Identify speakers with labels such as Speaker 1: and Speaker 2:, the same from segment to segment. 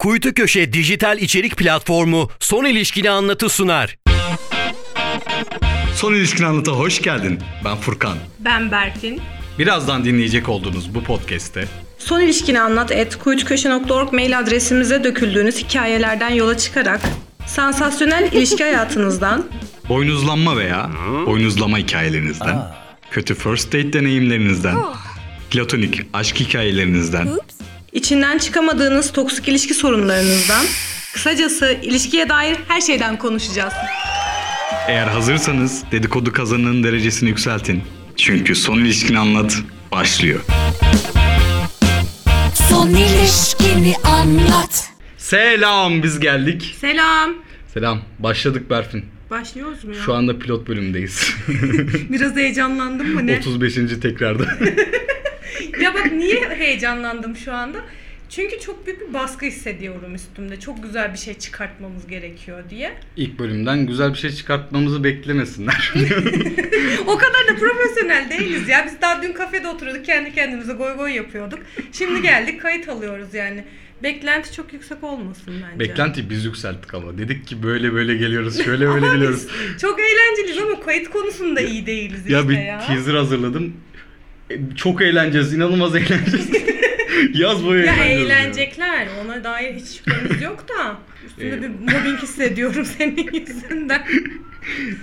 Speaker 1: Kuytu Köşe dijital içerik platformu Son İlişkili Anlatı sunar.
Speaker 2: Son ilişkin anlata hoş geldin. Ben Furkan.
Speaker 3: Ben Berfin.
Speaker 2: Birazdan dinleyecek olduğunuz bu podcast'te
Speaker 3: Son ilişkini anlat et kuyutköşe.org mail adresimize döküldüğünüz hikayelerden yola çıkarak sansasyonel ilişki hayatınızdan
Speaker 2: boynuzlanma veya boynuzlama hikayelerinizden, kötü first date deneyimlerinizden, platonik aşk hikayelerinizden,
Speaker 3: İçinden çıkamadığınız toksik ilişki sorunlarınızdan, kısacası ilişkiye dair her şeyden konuşacağız.
Speaker 2: eğer hazırsanız dedikodu kazanının derecesini yükseltin. Çünkü son ilişkin anlat başlıyor.
Speaker 4: Son ilişkini anlat.
Speaker 2: Selam biz geldik.
Speaker 3: Selam.
Speaker 2: Selam başladık Berfin.
Speaker 3: Başlıyoruz mu ya?
Speaker 2: Şu anda pilot bölümdeyiz.
Speaker 3: Biraz heyecanlandım mı ne?
Speaker 2: 35. tekrarda.
Speaker 3: ya bak niye heyecanlandım şu anda? Çünkü çok büyük bir baskı hissediyorum üstümde. Çok güzel bir şey çıkartmamız gerekiyor diye.
Speaker 2: İlk bölümden güzel bir şey çıkartmamızı beklemesinler.
Speaker 3: O kadar da profesyonel değiliz ya. Biz daha dün kafede oturuyorduk. Kendi kendimize goy goy yapıyorduk. Şimdi geldik kayıt alıyoruz yani. Beklenti çok yüksek olmasın bence.
Speaker 2: Beklentiyi biz yükselttik ama. Dedik ki böyle böyle geliyoruz, şöyle böyle
Speaker 3: Ama
Speaker 2: geliyoruz.
Speaker 3: biz çok eğlenceliyiz ama kayıt konusunda iyi değiliz işte
Speaker 2: ya bir
Speaker 3: ya.
Speaker 2: teaser hazırladım. E, Çok eğleneceğiz, inanılmaz eğleneceğiz. Yaz boyu
Speaker 3: Ya
Speaker 2: eğleneceğiz. diyor.
Speaker 3: eğlenecekler. Ona dair hiç şüphemiz yok da. Üstünde
Speaker 2: Ee,
Speaker 3: bir mobbing hissediyorum senin yüzünden.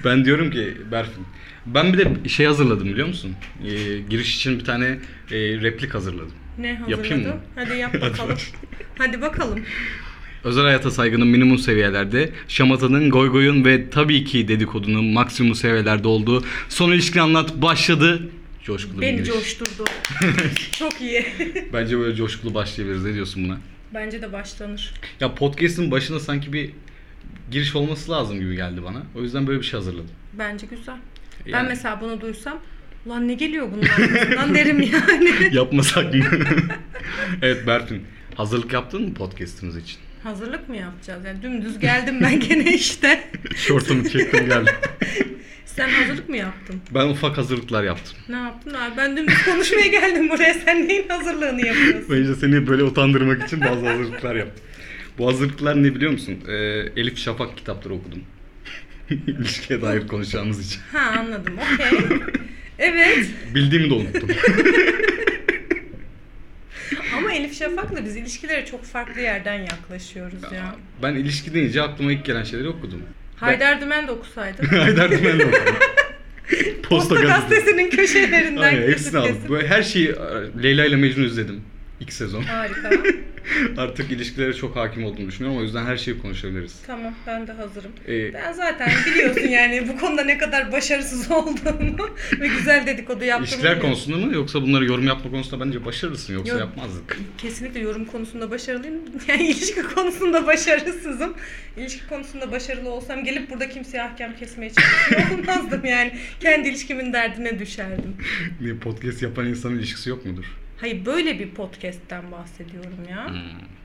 Speaker 2: Ben diyorum ki Berfin. Ben bir de şey hazırladım biliyor musun? E, giriş için bir tane e, replik hazırladım.
Speaker 3: Ne
Speaker 2: Yapayım
Speaker 3: hazırladı?
Speaker 2: mı?
Speaker 3: Hadi yap
Speaker 2: Hadi
Speaker 3: bakalım. Hadi bakalım.
Speaker 2: Özel hayata saygının minimum seviyelerde, şamatanın, goygoyun ve tabii ki dedikodunun maksimum seviyelerde olduğu son ilişkin anlat başladı. Coşkulu bir
Speaker 3: Beni
Speaker 2: giriş.
Speaker 3: coşturdu. çok iyi.
Speaker 2: Bence böyle coşkulu başlayabiliriz. Ne diyorsun buna?
Speaker 3: Bence de başlanır.
Speaker 2: Ya podcast'in başına sanki bir giriş olması lazım gibi geldi bana. O yüzden böyle bir şey hazırladım.
Speaker 3: Bence güzel. Ben
Speaker 2: Yani-
Speaker 3: mesela bunu duysam ulan ne geliyor bunun arkasından derim yani.
Speaker 2: Yapmasak mı? evet Berfin. Hazırlık yaptın mı podcast'imiz için?
Speaker 3: Hazırlık mı yapacağız? Yani dümdüz geldim ben gene işte.
Speaker 2: Şortumu çektim geldim.
Speaker 3: Sen hazırlık mı yaptın?
Speaker 2: Ben ufak hazırlıklar yaptım.
Speaker 3: Ne yaptın abi? Ben dümdüz konuşmaya geldim buraya. Sen neyin hazırlığını yapıyorsun?
Speaker 2: Bence seni böyle utandırmak için bazı hazırlıklar yaptım. Bu hazırlıklar ne biliyor musun? Ee, Elif Şafak kitapları okudum. İlişkiye dair konuşacağımız için.
Speaker 3: Ha anladım. Okey. Evet.
Speaker 2: Bildiğimi de unuttum.
Speaker 3: Ama Elif Şafak'la biz ilişkilere çok farklı yerden yaklaşıyoruz ya.
Speaker 2: ben ilişki deyince aklıma ilk gelen şeyleri okudum.
Speaker 3: Haydar Dümen de okusaydı.
Speaker 2: Haydar Dümen de okudum.
Speaker 3: Posta gazetesinin köşelerinden
Speaker 2: Aynen
Speaker 3: kesip
Speaker 2: hepsini aldım.
Speaker 3: kesip.
Speaker 2: Böyle her şeyi e, Leyla ile Mecnun izledim. İlk sezon.
Speaker 3: Harika.
Speaker 2: Artık ilişkilere çok hakim olduğumu düşünüyorum. O yüzden her şeyi konuşabiliriz.
Speaker 3: Tamam ben de hazırım.
Speaker 2: Ee,
Speaker 3: Ben zaten biliyorsun yani bu konuda ne kadar başarısız olduğumu ve güzel dedikodu yaptığımı.
Speaker 2: ilişkiler
Speaker 3: biliyorum.
Speaker 2: konusunda mı yoksa bunları yorum yapma konusunda bence başarılısın yoksa
Speaker 3: Yok.
Speaker 2: yapmazdık.
Speaker 3: Kesinlikle yorum konusunda başarılıyım. Yani ilişki konusunda başarısızım. İlişki konusunda başarılı olsam gelip burada kimseye ahkam kesmeye çalışıyor olmazdım yani. Kendi ilişkimin derdine düşerdim.
Speaker 2: Niye podcast yapan insanın ilişkisi yok mudur?
Speaker 3: Hayır böyle bir podcast'ten bahsediyorum ya.
Speaker 2: Hmm.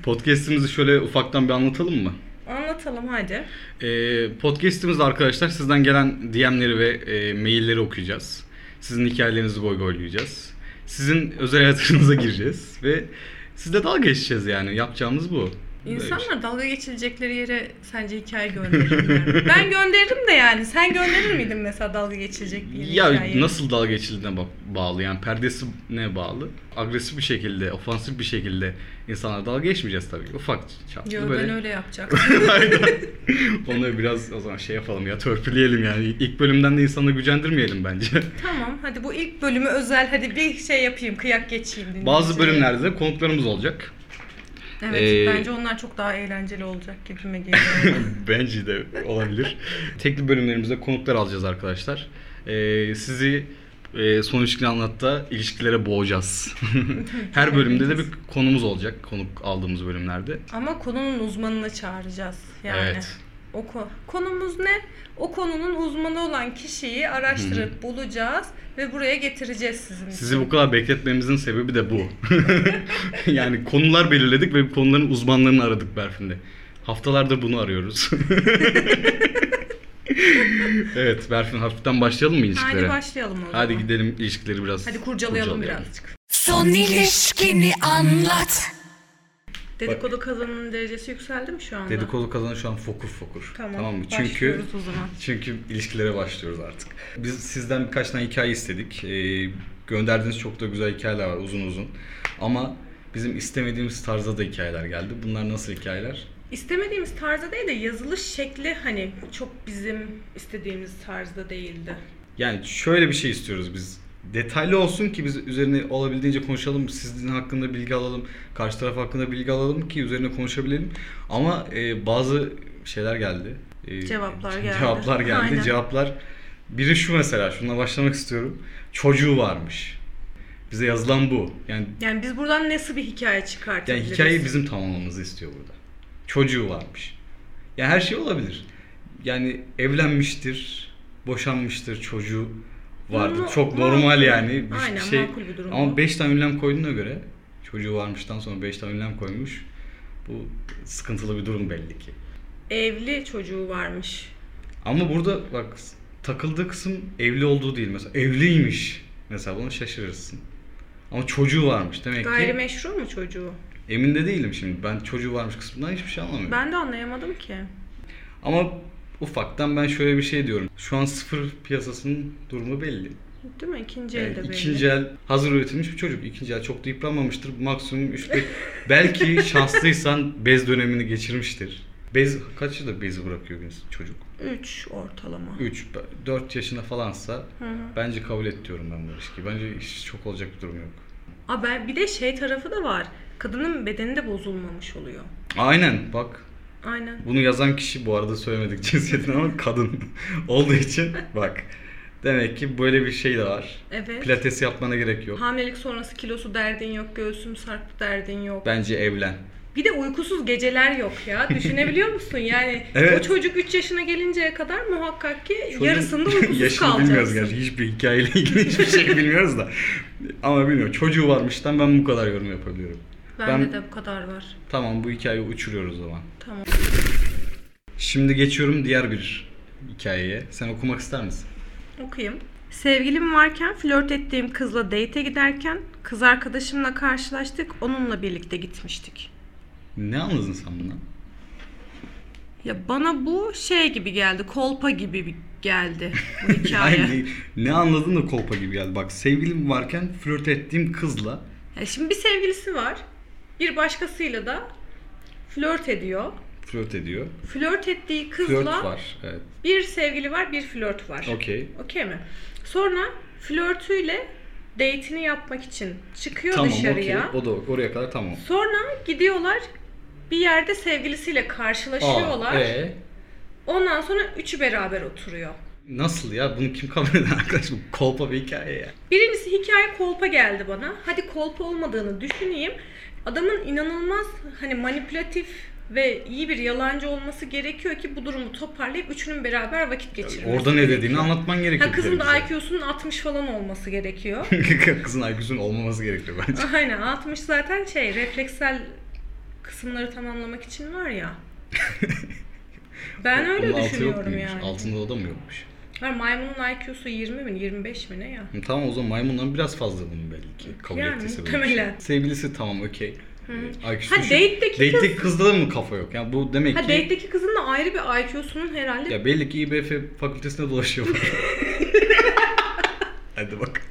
Speaker 2: Podcast'imizi şöyle ufaktan bir anlatalım mı?
Speaker 3: Anlatalım hadi.
Speaker 2: Ee, podcast'imizde arkadaşlar sizden gelen DM'leri ve e, mailleri okuyacağız. Sizin hikayelerinizi goy goylayacağız. Sizin özel hayatınıza gireceğiz ve sizle dalga geçeceğiz yani. Yapacağımız bu. Böyle bir şey.
Speaker 3: İnsanlar dalga geçilecekleri yere sence hikaye gönderir mi? ben gönderirim de yani. Sen gönderir miydin mesela dalga geçilecek bir yere
Speaker 2: Ya
Speaker 3: hikayeyi?
Speaker 2: nasıl dalga geçildiğine ba- bağlı yani perdesine bağlı. Agresif bir şekilde, ofansif bir şekilde insanlara dalga geçmeyeceğiz tabii ki. Ufak çaplı
Speaker 3: Yo,
Speaker 2: böyle.
Speaker 3: ben öyle yapacaktım.
Speaker 2: Aynen. Onları biraz o zaman şey yapalım ya törpüleyelim yani. İlk bölümden de insanları gücendirmeyelim bence.
Speaker 3: tamam hadi bu ilk bölümü özel hadi bir şey yapayım kıyak geçeyim. dinleyiciye.
Speaker 2: Bazı bölümlerde de konuklarımız olacak.
Speaker 3: Evet
Speaker 2: Ee,
Speaker 3: bence onlar çok daha eğlenceli olacak gibime geliyor.
Speaker 2: Bence de olabilir. Tekli bölümlerimizde konuklar alacağız arkadaşlar. Ee, sizi e, son ilişkili anlatta ilişkilere boğacağız. Her bölümde de bir konumuz olacak konuk aldığımız bölümlerde.
Speaker 3: Ama konunun uzmanını çağıracağız yani.
Speaker 2: Evet.
Speaker 3: O ko- konumuz ne? O konunun uzmanı olan kişiyi araştırıp bulacağız ve buraya getireceğiz sizin için.
Speaker 2: Sizi bu kadar bekletmemizin sebebi de bu. yani konular belirledik ve konuların uzmanlarını aradık Berfin'de. Haftalardır bunu arıyoruz. evet Berfin hafiften başlayalım mı ilişkilere?
Speaker 3: Hadi başlayalım o zaman.
Speaker 2: Hadi gidelim ilişkileri biraz.
Speaker 3: Hadi kurcalayalım birazcık.
Speaker 4: Son ilişkini anlat.
Speaker 3: Dedikodu kazanının derecesi yükseldi mi şu anda?
Speaker 2: Dedikodu kazanı şu an fokur fokur.
Speaker 3: Tamam,
Speaker 2: mı? Çünkü
Speaker 3: başlıyoruz o zaman.
Speaker 2: çünkü ilişkilere başlıyoruz artık. Biz sizden birkaç tane hikaye istedik. Ee, gönderdiğiniz çok da güzel hikayeler var uzun uzun. Ama bizim istemediğimiz tarzda da hikayeler geldi. Bunlar nasıl hikayeler?
Speaker 3: İstemediğimiz tarzda değil de yazılış şekli hani çok bizim istediğimiz tarzda değildi.
Speaker 2: Yani şöyle bir şey istiyoruz biz. Detaylı olsun ki biz üzerine olabildiğince konuşalım. Sizin hakkında bilgi alalım. Karşı taraf hakkında bilgi alalım ki üzerine konuşabilelim. Ama e, bazı şeyler geldi. E,
Speaker 3: Cevaplar geldi.
Speaker 2: Cevaplar geldi.
Speaker 3: Aynen.
Speaker 2: Cevaplar. Biri şu mesela. Şununla başlamak istiyorum. Çocuğu varmış. Bize yazılan bu. Yani,
Speaker 3: Yani biz buradan nasıl bir hikaye
Speaker 2: yani
Speaker 3: çıkartabiliriz?
Speaker 2: hikayeyi bizim tamamlamamızı istiyor burada. Çocuğu varmış. Yani her şey olabilir. Yani evlenmiştir, boşanmıştır, çocuğu vardı.
Speaker 3: Ma-
Speaker 2: Çok
Speaker 3: makul.
Speaker 2: normal yani. Bir
Speaker 3: Aynen,
Speaker 2: şey.
Speaker 3: makul bir durum
Speaker 2: Ama
Speaker 3: bu.
Speaker 2: 5 tane ünlem koyduğuna göre çocuğu varmıştan sonra 5 tane ünlem koymuş. Bu sıkıntılı bir durum belli ki.
Speaker 3: Evli çocuğu varmış.
Speaker 2: Ama burada bak takıldığı kısım evli olduğu değil mesela. Evliymiş. Mesela buna şaşırırsın. Ama çocuğu varmış demek ki.
Speaker 3: Gayrimeşru mu çocuğu?
Speaker 2: Emin de değilim şimdi. Ben çocuğu varmış kısmından hiçbir şey anlamıyorum.
Speaker 3: Ben de anlayamadım ki.
Speaker 2: Ama ufaktan ben şöyle bir şey diyorum. Şu an sıfır piyasasının durumu belli.
Speaker 3: Değil mi? İkinci
Speaker 2: Yani
Speaker 3: elde belli.
Speaker 2: ikinci el hazır üretilmiş bir çocuk. İkinci el çok da yıpranmamıştır. Maksimum 3 belki şanslıysan bez dönemini geçirmiştir. Bez kaç yılda bez bırakıyor bir çocuk?
Speaker 3: Üç ortalama.
Speaker 2: 3 4 yaşında falansa bence kabul et diyorum ben bu ilişkiyi. Bence hiç çok olacak bir durum yok.
Speaker 3: Aa, ben, bir de şey tarafı da var. Kadının bedeni de bozulmamış oluyor.
Speaker 2: Aynen bak
Speaker 3: Aynen.
Speaker 2: Bunu yazan kişi bu arada söylemedik cinsiyetini ama kadın olduğu için bak. Demek ki böyle bir şey de var.
Speaker 3: Evet.
Speaker 2: Pilates yapmana gerek yok.
Speaker 3: Hamilelik sonrası kilosu derdin yok, göğsüm sarktı derdin yok.
Speaker 2: Bence evlen.
Speaker 3: Bir de uykusuz geceler yok ya. Düşünebiliyor musun? Yani
Speaker 2: Evet.
Speaker 3: o çocuk 3 yaşına gelinceye kadar muhakkak ki
Speaker 2: Çocuğun
Speaker 3: yarısında uykusuz
Speaker 2: Yaşını bilmiyoruz
Speaker 3: kalacaksın.
Speaker 2: gerçi. Hiçbir hikayeyle ilgili hiçbir şey bilmiyoruz da. Ama bilmiyorum. Çocuğu varmıştan ben bu kadar yorum yapabiliyorum.
Speaker 3: Bende
Speaker 2: Ben-
Speaker 3: de bu kadar var.
Speaker 2: Tamam bu hikayeyi uçuruyoruz o zaman.
Speaker 3: Tamam.
Speaker 2: Şimdi geçiyorum diğer bir hikayeye. Sen okumak ister misin?
Speaker 3: Okuyayım. Sevgilim varken flört ettiğim kızla date'e giderken kız arkadaşımla karşılaştık. Onunla birlikte gitmiştik.
Speaker 2: Ne anladın sen bundan?
Speaker 3: Ya bana bu şey gibi geldi. Kolpa gibi bir- geldi bu hikaye.
Speaker 2: Aynı, ne anladın da kolpa gibi geldi. Bak sevgilim varken flört ettiğim kızla
Speaker 3: Ya şimdi bir sevgilisi var. Bir başkasıyla da flört ediyor.
Speaker 2: flört ediyor.
Speaker 3: Flört ettiği
Speaker 2: Flört
Speaker 3: kızla
Speaker 2: var. Evet.
Speaker 3: bir sevgili var, bir flört var.
Speaker 2: Okey.
Speaker 3: Okey mi? Sonra flörtüyle date'ini yapmak için çıkıyor
Speaker 2: Tamam okey.
Speaker 3: dışarıya.
Speaker 2: O da oraya kadar tamam.
Speaker 3: Sonra gidiyorlar bir yerde sevgilisiyle karşılaşıyorlar.
Speaker 2: Aa, ee?
Speaker 3: Ondan sonra üçü beraber oturuyor.
Speaker 2: Nasıl ya? Bunu kim kabul eder arkadaş? Bu kolpa bir hikaye ya.
Speaker 3: Birincisi hikaye kolpa geldi bana. Hadi kolpa olmadığını düşüneyim. Adamın inanılmaz hani manipülatif ve iyi bir yalancı olması gerekiyor ki bu durumu toparlayıp üçünün beraber vakit geçirmesi.
Speaker 2: Orada ne dediğini anlatman
Speaker 3: Ha,
Speaker 2: gerekiyor.
Speaker 3: kızın da
Speaker 2: bize.
Speaker 3: IQ'sunun 60 falan olması gerekiyor.
Speaker 2: Kızın IQ'sunun olmaması gerekiyor bence.
Speaker 3: Aynen 60 zaten şey refleksel kısımları tamamlamak için var ya. ben öyle
Speaker 2: Onun altı yok
Speaker 3: düşünüyorum
Speaker 2: muymuş?
Speaker 3: yani.
Speaker 2: Altında o da mı yokmuş?
Speaker 3: Ha, maymunun IQ'su 20 mi 25 mi ne ya?
Speaker 2: Hı, Tamam o zaman maymundan biraz fazla bunun belli ki. Kabul
Speaker 3: Yani
Speaker 2: ettiyse böyle bir şey.
Speaker 3: muhtemelen.
Speaker 2: Sevgilisi tamam okey. Ee, Ha
Speaker 3: date'deki kız-
Speaker 2: kızda da mı kafa yok? Yani bu demek
Speaker 3: Ha
Speaker 2: ki
Speaker 3: date'deki kızın da ayrı bir IQ'sunun herhalde
Speaker 2: ya belli ki İBF fakültesine dolaşıyor. Hadi bak.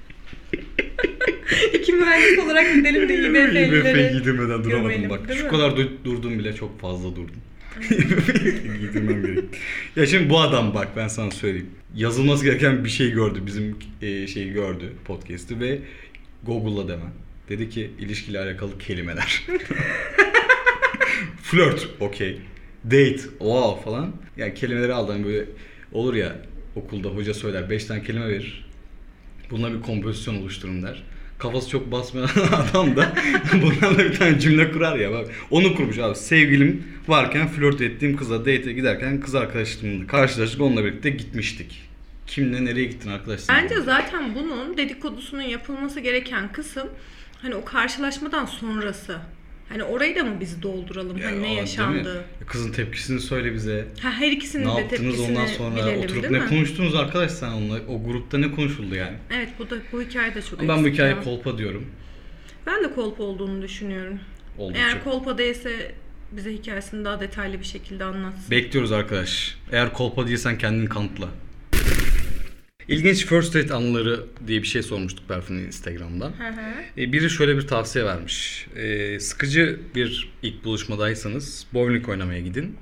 Speaker 3: İki mühendis olarak gidelim de
Speaker 2: İBF'yi
Speaker 3: IBF'lileri.
Speaker 2: giydirmeden duramadım
Speaker 3: gömelim,
Speaker 2: bak.
Speaker 3: değil
Speaker 2: Şu
Speaker 3: mi?
Speaker 2: kadar du- durdum bile çok fazla durdum. İBF'yi giydirmem gerekti. Ya şimdi bu adam bak ben sana söyleyeyim. Yazılması gereken bir şey gördü. Bizim e, şeyi gördü podcast'i ve Google'la demen. Dedi ki ilişkiyle alakalı kelimeler. Flört okey. Date wow falan. Yani kelimeleri aldı. Hani böyle olur ya okulda hoca söyler 5 tane kelime verir. Bununla bir kompozisyon oluşturun der. Kafası çok basmayan adam da bunlarla bir tane cümle kurar ya bak. Onu kurmuş abi. Sevgilim varken flört ettiğim kızla date'e giderken kız arkadaşımla karşılaştık. Onunla birlikte gitmiştik. Kimle nereye gittin arkadaş? sen?
Speaker 3: Bence zaten bunun dedikodusunun yapılması gereken kısım hani o karşılaşmadan sonrası. Hani orayı da mı biz dolduralım? hani
Speaker 2: Aa,
Speaker 3: ne
Speaker 2: değil mi?
Speaker 3: yaşandı?
Speaker 2: Kızın tepkisini söyle bize.
Speaker 3: Ha, her ikisinin
Speaker 2: Ne
Speaker 3: de
Speaker 2: yaptınız
Speaker 3: tepkisini
Speaker 2: ondan sonra
Speaker 3: bilelim
Speaker 2: oturup
Speaker 3: değil
Speaker 2: ne
Speaker 3: mi?
Speaker 2: konuştunuz arkadaş sen onunla o grupta ne konuşuldu yani?
Speaker 3: Evet bu da bu hikaye de çok
Speaker 2: Ama ben bu
Speaker 3: eksik
Speaker 2: hikaye
Speaker 3: ya.
Speaker 2: kolpa diyorum.
Speaker 3: Ben de kolpa olduğunu düşünüyorum.
Speaker 2: oldukça.
Speaker 3: Eğer kolpa değilse bize hikayesini daha detaylı bir şekilde anlatsın.
Speaker 2: Bekliyoruz arkadaş. Eğer kolpa değilsen kendini kanıtla. İlginç first date anıları diye bir şey sormuştuk Berfin'in Instagram'dan.
Speaker 3: Hı hı.
Speaker 2: E, Biri şöyle bir tavsiye vermiş. E, sıkıcı bir ilk buluşmadaysanız bowling oynamaya gidin.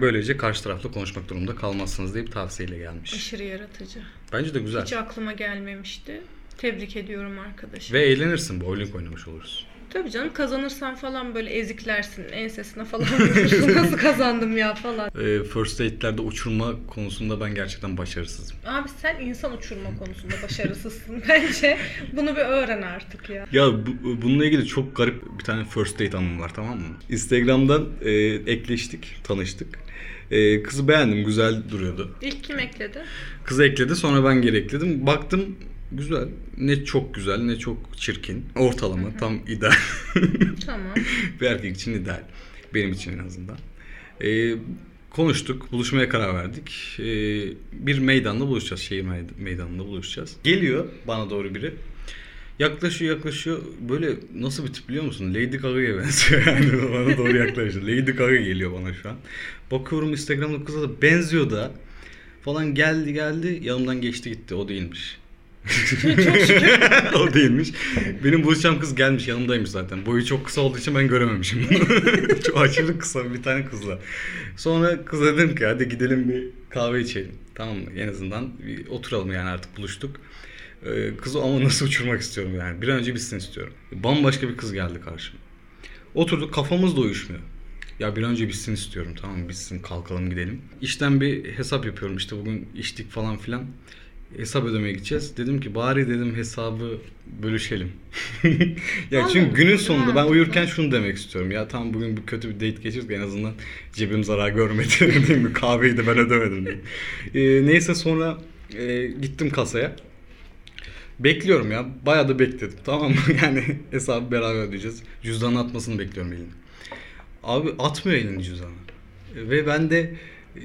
Speaker 2: Böylece karşı tarafla konuşmak durumunda kalmazsınız diye bir tavsiyeyle gelmiş.
Speaker 3: Aşırı yaratıcı.
Speaker 2: Bence de güzel.
Speaker 3: Hiç aklıma gelmemişti. Tebrik ediyorum arkadaşım.
Speaker 2: Ve eğlenirsin bowling oynamış oluruz.
Speaker 3: Tabii canım kazanırsan falan böyle eziklersin. Ensesine falan vurursun. Nasıl kazandım ya falan.
Speaker 2: E, first date'lerde uçurma konusunda ben gerçekten başarısızım.
Speaker 3: Abi sen insan uçurma konusunda başarısızsın bence. Bunu bir öğren artık ya.
Speaker 2: Ya bu- bununla ilgili çok garip bir tane first date anım var tamam mı? Instagram'dan e, ekleştik, tanıştık. E, kızı beğendim, güzel duruyordu.
Speaker 3: İlk kim ekledi?
Speaker 2: Kız ekledi sonra ben geri ekledim. Baktım güzel. Ne çok güzel ne çok çirkin. Ortalama tam ideal.
Speaker 3: Tamam.
Speaker 2: bir erkek için ideal. Benim için en azından. Ee, konuştuk. Buluşmaya karar verdik. Ee, bir meydanda buluşacağız. Şehir meyda- meydanında buluşacağız. Geliyor bana doğru biri. Yaklaşıyor yaklaşıyor. Böyle nasıl bir tip biliyor musun? Lady Gaga'ya benziyor yani. bana doğru yaklaşıyor. Lady Gaga geliyor bana şu an. Bakıyorum Instagram'da kıza da benziyor da. Falan geldi geldi yanımdan geçti gitti. O değilmiş. o değilmiş. Benim buluşacağım kız gelmiş yanımdaymış zaten. Boyu çok kısa olduğu için ben görememişim. çok aşırı kısa bir tane kızla. Sonra kıza dedim ki hadi gidelim bir kahve içelim. Tamam mı? En azından bir oturalım yani artık buluştuk. Ee, Kızı ama nasıl uçurmak istiyorum yani. Bir an önce bitsin istiyorum. Bambaşka bir kız geldi karşıma. Oturduk kafamız da uyuşmuyor. Ya bir an önce bitsin istiyorum tamam mı? Bitsin kalkalım gidelim. İşten bir hesap yapıyorum işte bugün içtik falan filan. Hesap ödemeye gideceğiz. Dedim ki bari dedim hesabı bölüşelim. ya çünkü
Speaker 3: Anladım.
Speaker 2: günün sonunda ben
Speaker 3: Mantıklı.
Speaker 2: uyurken şunu demek istiyorum. Ya tamam bugün bir kötü bir date geçirdik en azından cebim zarar görmedi. Değil mi? Kahveyi de ben ödemedim. diye. Ee, neyse sonra e, gittim kasaya. Bekliyorum ya. Bayağı da bekledim. Tamam mı? Yani hesabı beraber ödeyeceğiz. Cüzdanı atmasını bekliyorum elini. Abi atmıyor elini cüzdanı. Ve ben de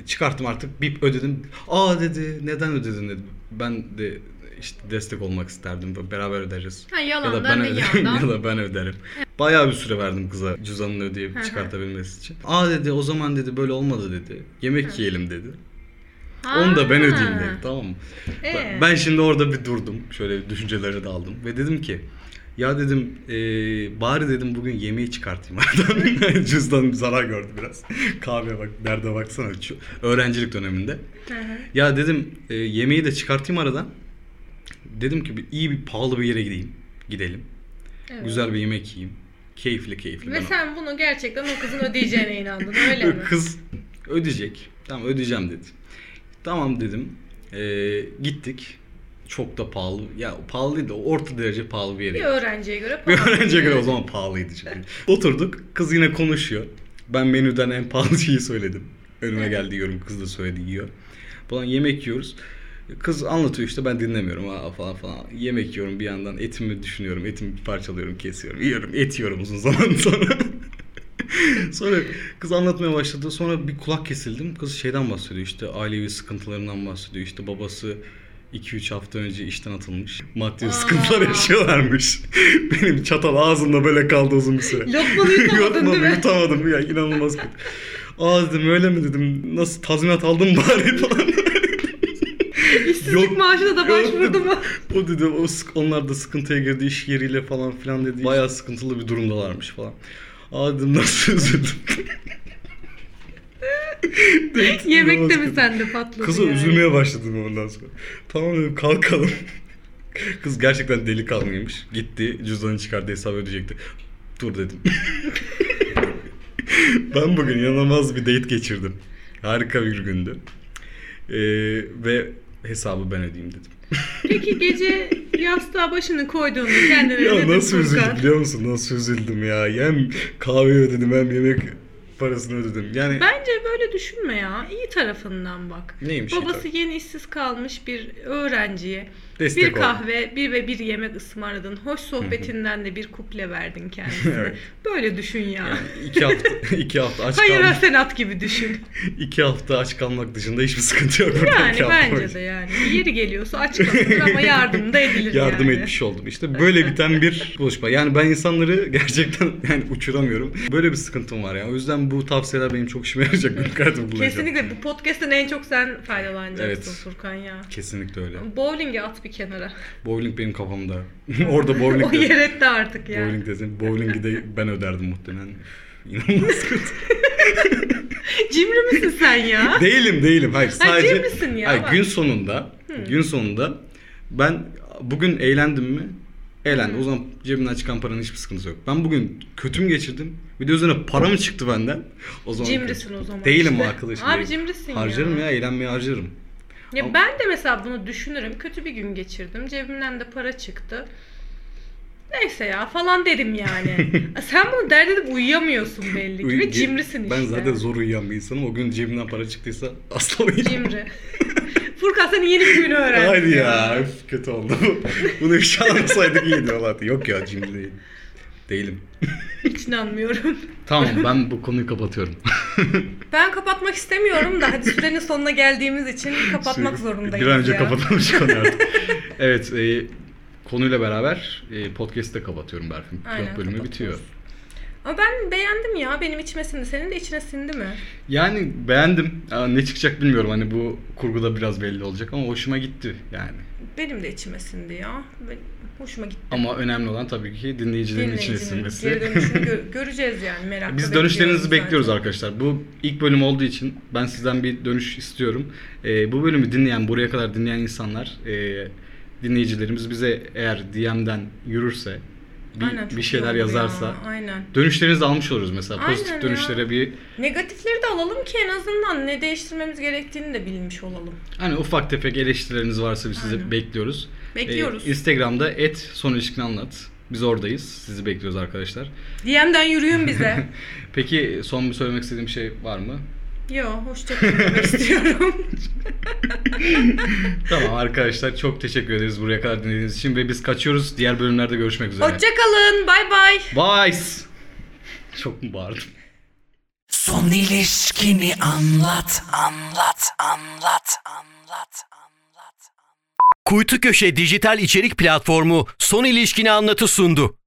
Speaker 2: çıkarttım artık. Bip ödedim. Aa dedi. Neden ödedin dedi. Ben de işte destek olmak isterdim. Beraber öderiz.
Speaker 3: Ha,
Speaker 2: ya da
Speaker 3: yalandan
Speaker 2: ben
Speaker 3: bir
Speaker 2: öderim.
Speaker 3: yandan.
Speaker 2: ya da ben öderim. Bayağı bir süre verdim kıza cüzdanını ödeyip
Speaker 3: hı.
Speaker 2: çıkartabilmesi için. Aa dedi o zaman dedi böyle olmadı dedi. Yemek yiyelim dedi.
Speaker 3: Ha.
Speaker 2: Onu da ben ödeyeyim dedi tamam mı? Ben-
Speaker 3: Ee?
Speaker 2: Ben şimdi orada bir durdum. Şöyle bir düşüncelere daldım. Ve dedim ki ya dedim eee, bari dedim bugün yemeği çıkartayım aradan. Cüzdan zarar gördü biraz. Kahve bak derde baksana. Şu öğrencilik döneminde.
Speaker 3: Hı hı.
Speaker 2: Ya dedim eee, yemeği de çıkartayım aradan. Dedim ki bir, iyi bir pahalı bir yere gideyim. Gidelim.
Speaker 3: Evet.
Speaker 2: Güzel bir yemek yiyeyim. Keyifli keyifli.
Speaker 3: Ve
Speaker 2: Ben-
Speaker 3: sen bunu gerçekten o kızın ödeyeceğine inandın öyle mi?
Speaker 2: Kız ödeyecek. Tamam ödeyeceğim dedi. Tamam dedim. Ee, gittik. Çok da pahalı. Ya pahalı değil de orta derece pahalı bir yere.
Speaker 3: Bir
Speaker 2: gittik.
Speaker 3: öğrenciye göre
Speaker 2: Bir
Speaker 3: pahalı.
Speaker 2: öğrenciye göre o zaman pahalıydı çünkü. Oturduk. Kız yine konuşuyor. Ben menüden en pahalı şeyi söyledim. Önüme geldi yiyorum. Kız da söyledi yiyor. Falan yemek yiyoruz. Kız anlatıyor işte ben dinlemiyorum Aa, falan falan. Yemek yiyorum bir yandan etimi düşünüyorum. Etimi parçalıyorum, kesiyorum, yiyorum, et yiyorum uzun zaman sonra. sonra kız anlatmaya başladı. Sonra bir kulak kesildim. Kız şeyden bahsediyor işte ailevi sıkıntılarından bahsediyor. İşte babası 2-3 hafta önce işten atılmış. Maddi
Speaker 3: Aa.
Speaker 2: sıkıntılar yaşıyorlarmış. şey Benim çatal ağzımda böyle kaldı uzun bir süre.
Speaker 3: Lokmanı yutamadın değil
Speaker 2: Yutmadım,
Speaker 3: mi?
Speaker 2: yutamadım ya inanılmaz kötü. Aa dedim öyle mi dedim. Nasıl tazminat aldın bari falan.
Speaker 3: İşsizlik
Speaker 2: Yok-
Speaker 3: maaşına da başvurdu mu?
Speaker 2: O dedi o sık- onlar da sıkıntıya girdi iş yeriyle falan filan dedi. Bayağı sıkıntılı bir durumdalarmış falan. Aa dedim nasıl üzüldüm. Date
Speaker 3: Yemek de
Speaker 2: inanılmaz
Speaker 3: mi
Speaker 2: kötü.
Speaker 3: sende patladı
Speaker 2: Kıza
Speaker 3: yani?
Speaker 2: üzülmeye başladım ondan sonra. Tamam dedim kalkalım. Kız gerçekten delikanlıymış. Gitti cüzdanı çıkardı hesabı ödeyecekti. Dur dedim. ben bugün inanılmaz bir date geçirdim. Harika bir gündü. Ee, ve hesabı ben ödeyeyim dedim.
Speaker 3: Peki gece yastığa başını koyduğunda kendine
Speaker 2: Ya
Speaker 3: dedin
Speaker 2: nasıl üzüldüm
Speaker 3: Furkan?
Speaker 2: biliyor musun? Nasıl üzüldüm ya. Hem kahve ödedim hem yemek parasını ödedim. Yani
Speaker 3: Bence böyle düşünme ya. İyi tarafından bak.
Speaker 2: neymiş?
Speaker 3: Babası yeni işsiz kalmış bir öğrenciye
Speaker 2: Destek
Speaker 3: bir
Speaker 2: ol.
Speaker 3: kahve, bir ve bir yemek ısmarladın. Hoş sohbetinden de bir kuple verdin kendisine.
Speaker 2: Evet.
Speaker 3: Böyle düşün ya.
Speaker 2: İki hafta, iki hafta aç
Speaker 3: Hayır
Speaker 2: kalmak.
Speaker 3: senat gibi düşün.
Speaker 2: iki hafta aç kalmak dışında hiçbir sıkıntı yok. burada
Speaker 3: Yani
Speaker 2: iki hafta
Speaker 3: bence
Speaker 2: boyunca.
Speaker 3: de yani. Yeri geliyorsa aç kalınır ama yardım da edilir
Speaker 2: Yardım
Speaker 3: yani.
Speaker 2: etmiş oldum. İşte böyle biten bir buluşma. Yani ben insanları gerçekten yani uçuramıyorum. Böyle bir sıkıntım var yani. O yüzden bu tavsiyeler benim çok işime yarayacak. Günlük hayatımı bulacağım.
Speaker 3: Kesinlikle bu podcast'ten en çok sen faydalanacaksın
Speaker 2: Evet.
Speaker 3: Furkan ya.
Speaker 2: Kesinlikle öyle.
Speaker 3: Bowling'i at bir kenara.
Speaker 2: Bowling benim kafamda. Orada bowling
Speaker 3: o
Speaker 2: dedim.
Speaker 3: yer etti artık ya.
Speaker 2: Bowling dedim. Bowling'i de ben öderdim muhtemelen. İnanılmaz kötü.
Speaker 3: Cimri misin sen ya?
Speaker 2: değilim değilim. Hayır
Speaker 3: Ay,
Speaker 2: sadece.
Speaker 3: cimri misin ya? Hmm.
Speaker 2: Hayır,
Speaker 3: Bak.
Speaker 2: gün sonunda. Gün sonunda ben bugün eğlendim mi? Eğlendim.
Speaker 3: Hmm.
Speaker 2: O zaman cebimden çıkan paranın hiçbir sıkıntısı yok. Ben bugün kötü mü geçirdim? Bir de üzerine para mı çıktı benden? O zaman
Speaker 3: Cimrisin o zaman
Speaker 2: Değilim
Speaker 3: işte.
Speaker 2: o akıl işi
Speaker 3: Abi
Speaker 2: değil.
Speaker 3: cimrisin ya.
Speaker 2: Harcarım ya. eğlenmeye harcarım.
Speaker 3: Ya ben de mesela bunu düşünürüm. Kötü bir gün geçirdim. Cebimden de para çıktı. Neyse ya falan derim yani. Sen bunu dert edip uyuyamıyorsun belli ki. Ve cimrisin işte.
Speaker 2: Ben zaten zor uyuyan bir insanım. O gün cebimden para çıktıysa asla uyuyamam.
Speaker 3: Cimri. Furkan senin yeni bir günü öğrendim.
Speaker 2: Haydi ya. öf, kötü oldu. Bunu ifşa almasaydık iyiydi vallahi. Yok ya cimri değil. Değilim.
Speaker 3: Hiç inanmıyorum.
Speaker 2: Tamam ben bu konuyu kapatıyorum.
Speaker 3: Ben kapatmak istemiyorum da hadi sürenin sonuna geldiğimiz için kapatmak
Speaker 2: Şey,
Speaker 3: zorundayız
Speaker 2: Bir an önce
Speaker 3: ya.
Speaker 2: kapatalım şu konuyu artık. evet e, konuyla beraber e, podcast'i de kapatıyorum Berfin.
Speaker 3: Aynen,
Speaker 2: Pilot bölümü
Speaker 3: kapatıyoruz.
Speaker 2: bitiyor.
Speaker 3: Ama ben beğendim ya. Benim içime sindi. Senin de içine sindi mi?
Speaker 2: Yani beğendim. Aa, ne çıkacak bilmiyorum. Hani bu kurguda biraz belli olacak ama hoşuma gitti yani.
Speaker 3: Benim de içime sindi ya. Ben- Hoşuma gitti.
Speaker 2: Ama önemli olan tabii ki dinleyicilerin içine
Speaker 3: Dinleyicinin geri
Speaker 2: sinmesi.
Speaker 3: dönüşünü gö- göreceğiz yani merakla
Speaker 2: Biz dönüşlerinizi
Speaker 3: zaten.
Speaker 2: bekliyoruz arkadaşlar. Bu ilk bölüm olduğu için ben sizden bir dönüş istiyorum. Ee, bu bölümü dinleyen, buraya kadar dinleyen insanlar, e, dinleyicilerimiz bize eğer DM'den yürürse, bir,
Speaker 3: Aynen, çok
Speaker 2: bir
Speaker 3: iyi
Speaker 2: şeyler
Speaker 3: oldu ya.
Speaker 2: yazarsa,
Speaker 3: Aynen.
Speaker 2: dönüşlerinizi almış oluruz mesela.
Speaker 3: Aynen
Speaker 2: Pozitif
Speaker 3: ya.
Speaker 2: dönüşlere bir
Speaker 3: Negatifleri de alalım ki en azından ne değiştirmemiz gerektiğini de bilmiş olalım.
Speaker 2: hani ufak tefek eleştirileriniz varsa biz sizi
Speaker 3: Aynen.
Speaker 2: bekliyoruz.
Speaker 3: Bekliyoruz.
Speaker 2: Ee, Instagram'da et son ilişkini anlat. Biz oradayız. Sizi bekliyoruz arkadaşlar.
Speaker 3: DM'den yürüyün bize.
Speaker 2: Peki son bir söylemek istediğim bir şey var mı?
Speaker 3: Yo hoşçakalın demek istiyorum.
Speaker 2: Tamam arkadaşlar çok teşekkür ederiz buraya kadar dinlediğiniz için ve biz kaçıyoruz. Diğer bölümlerde görüşmek üzere.
Speaker 3: Hoşçakalın. Bay bay.
Speaker 2: Bye. Çok mu bağırdım?
Speaker 4: Son ilişkini anlat, anlat, anlat, anlat, anlat.
Speaker 1: Kuytu Köşe dijital içerik platformu Son ilişkini anlatı sundu.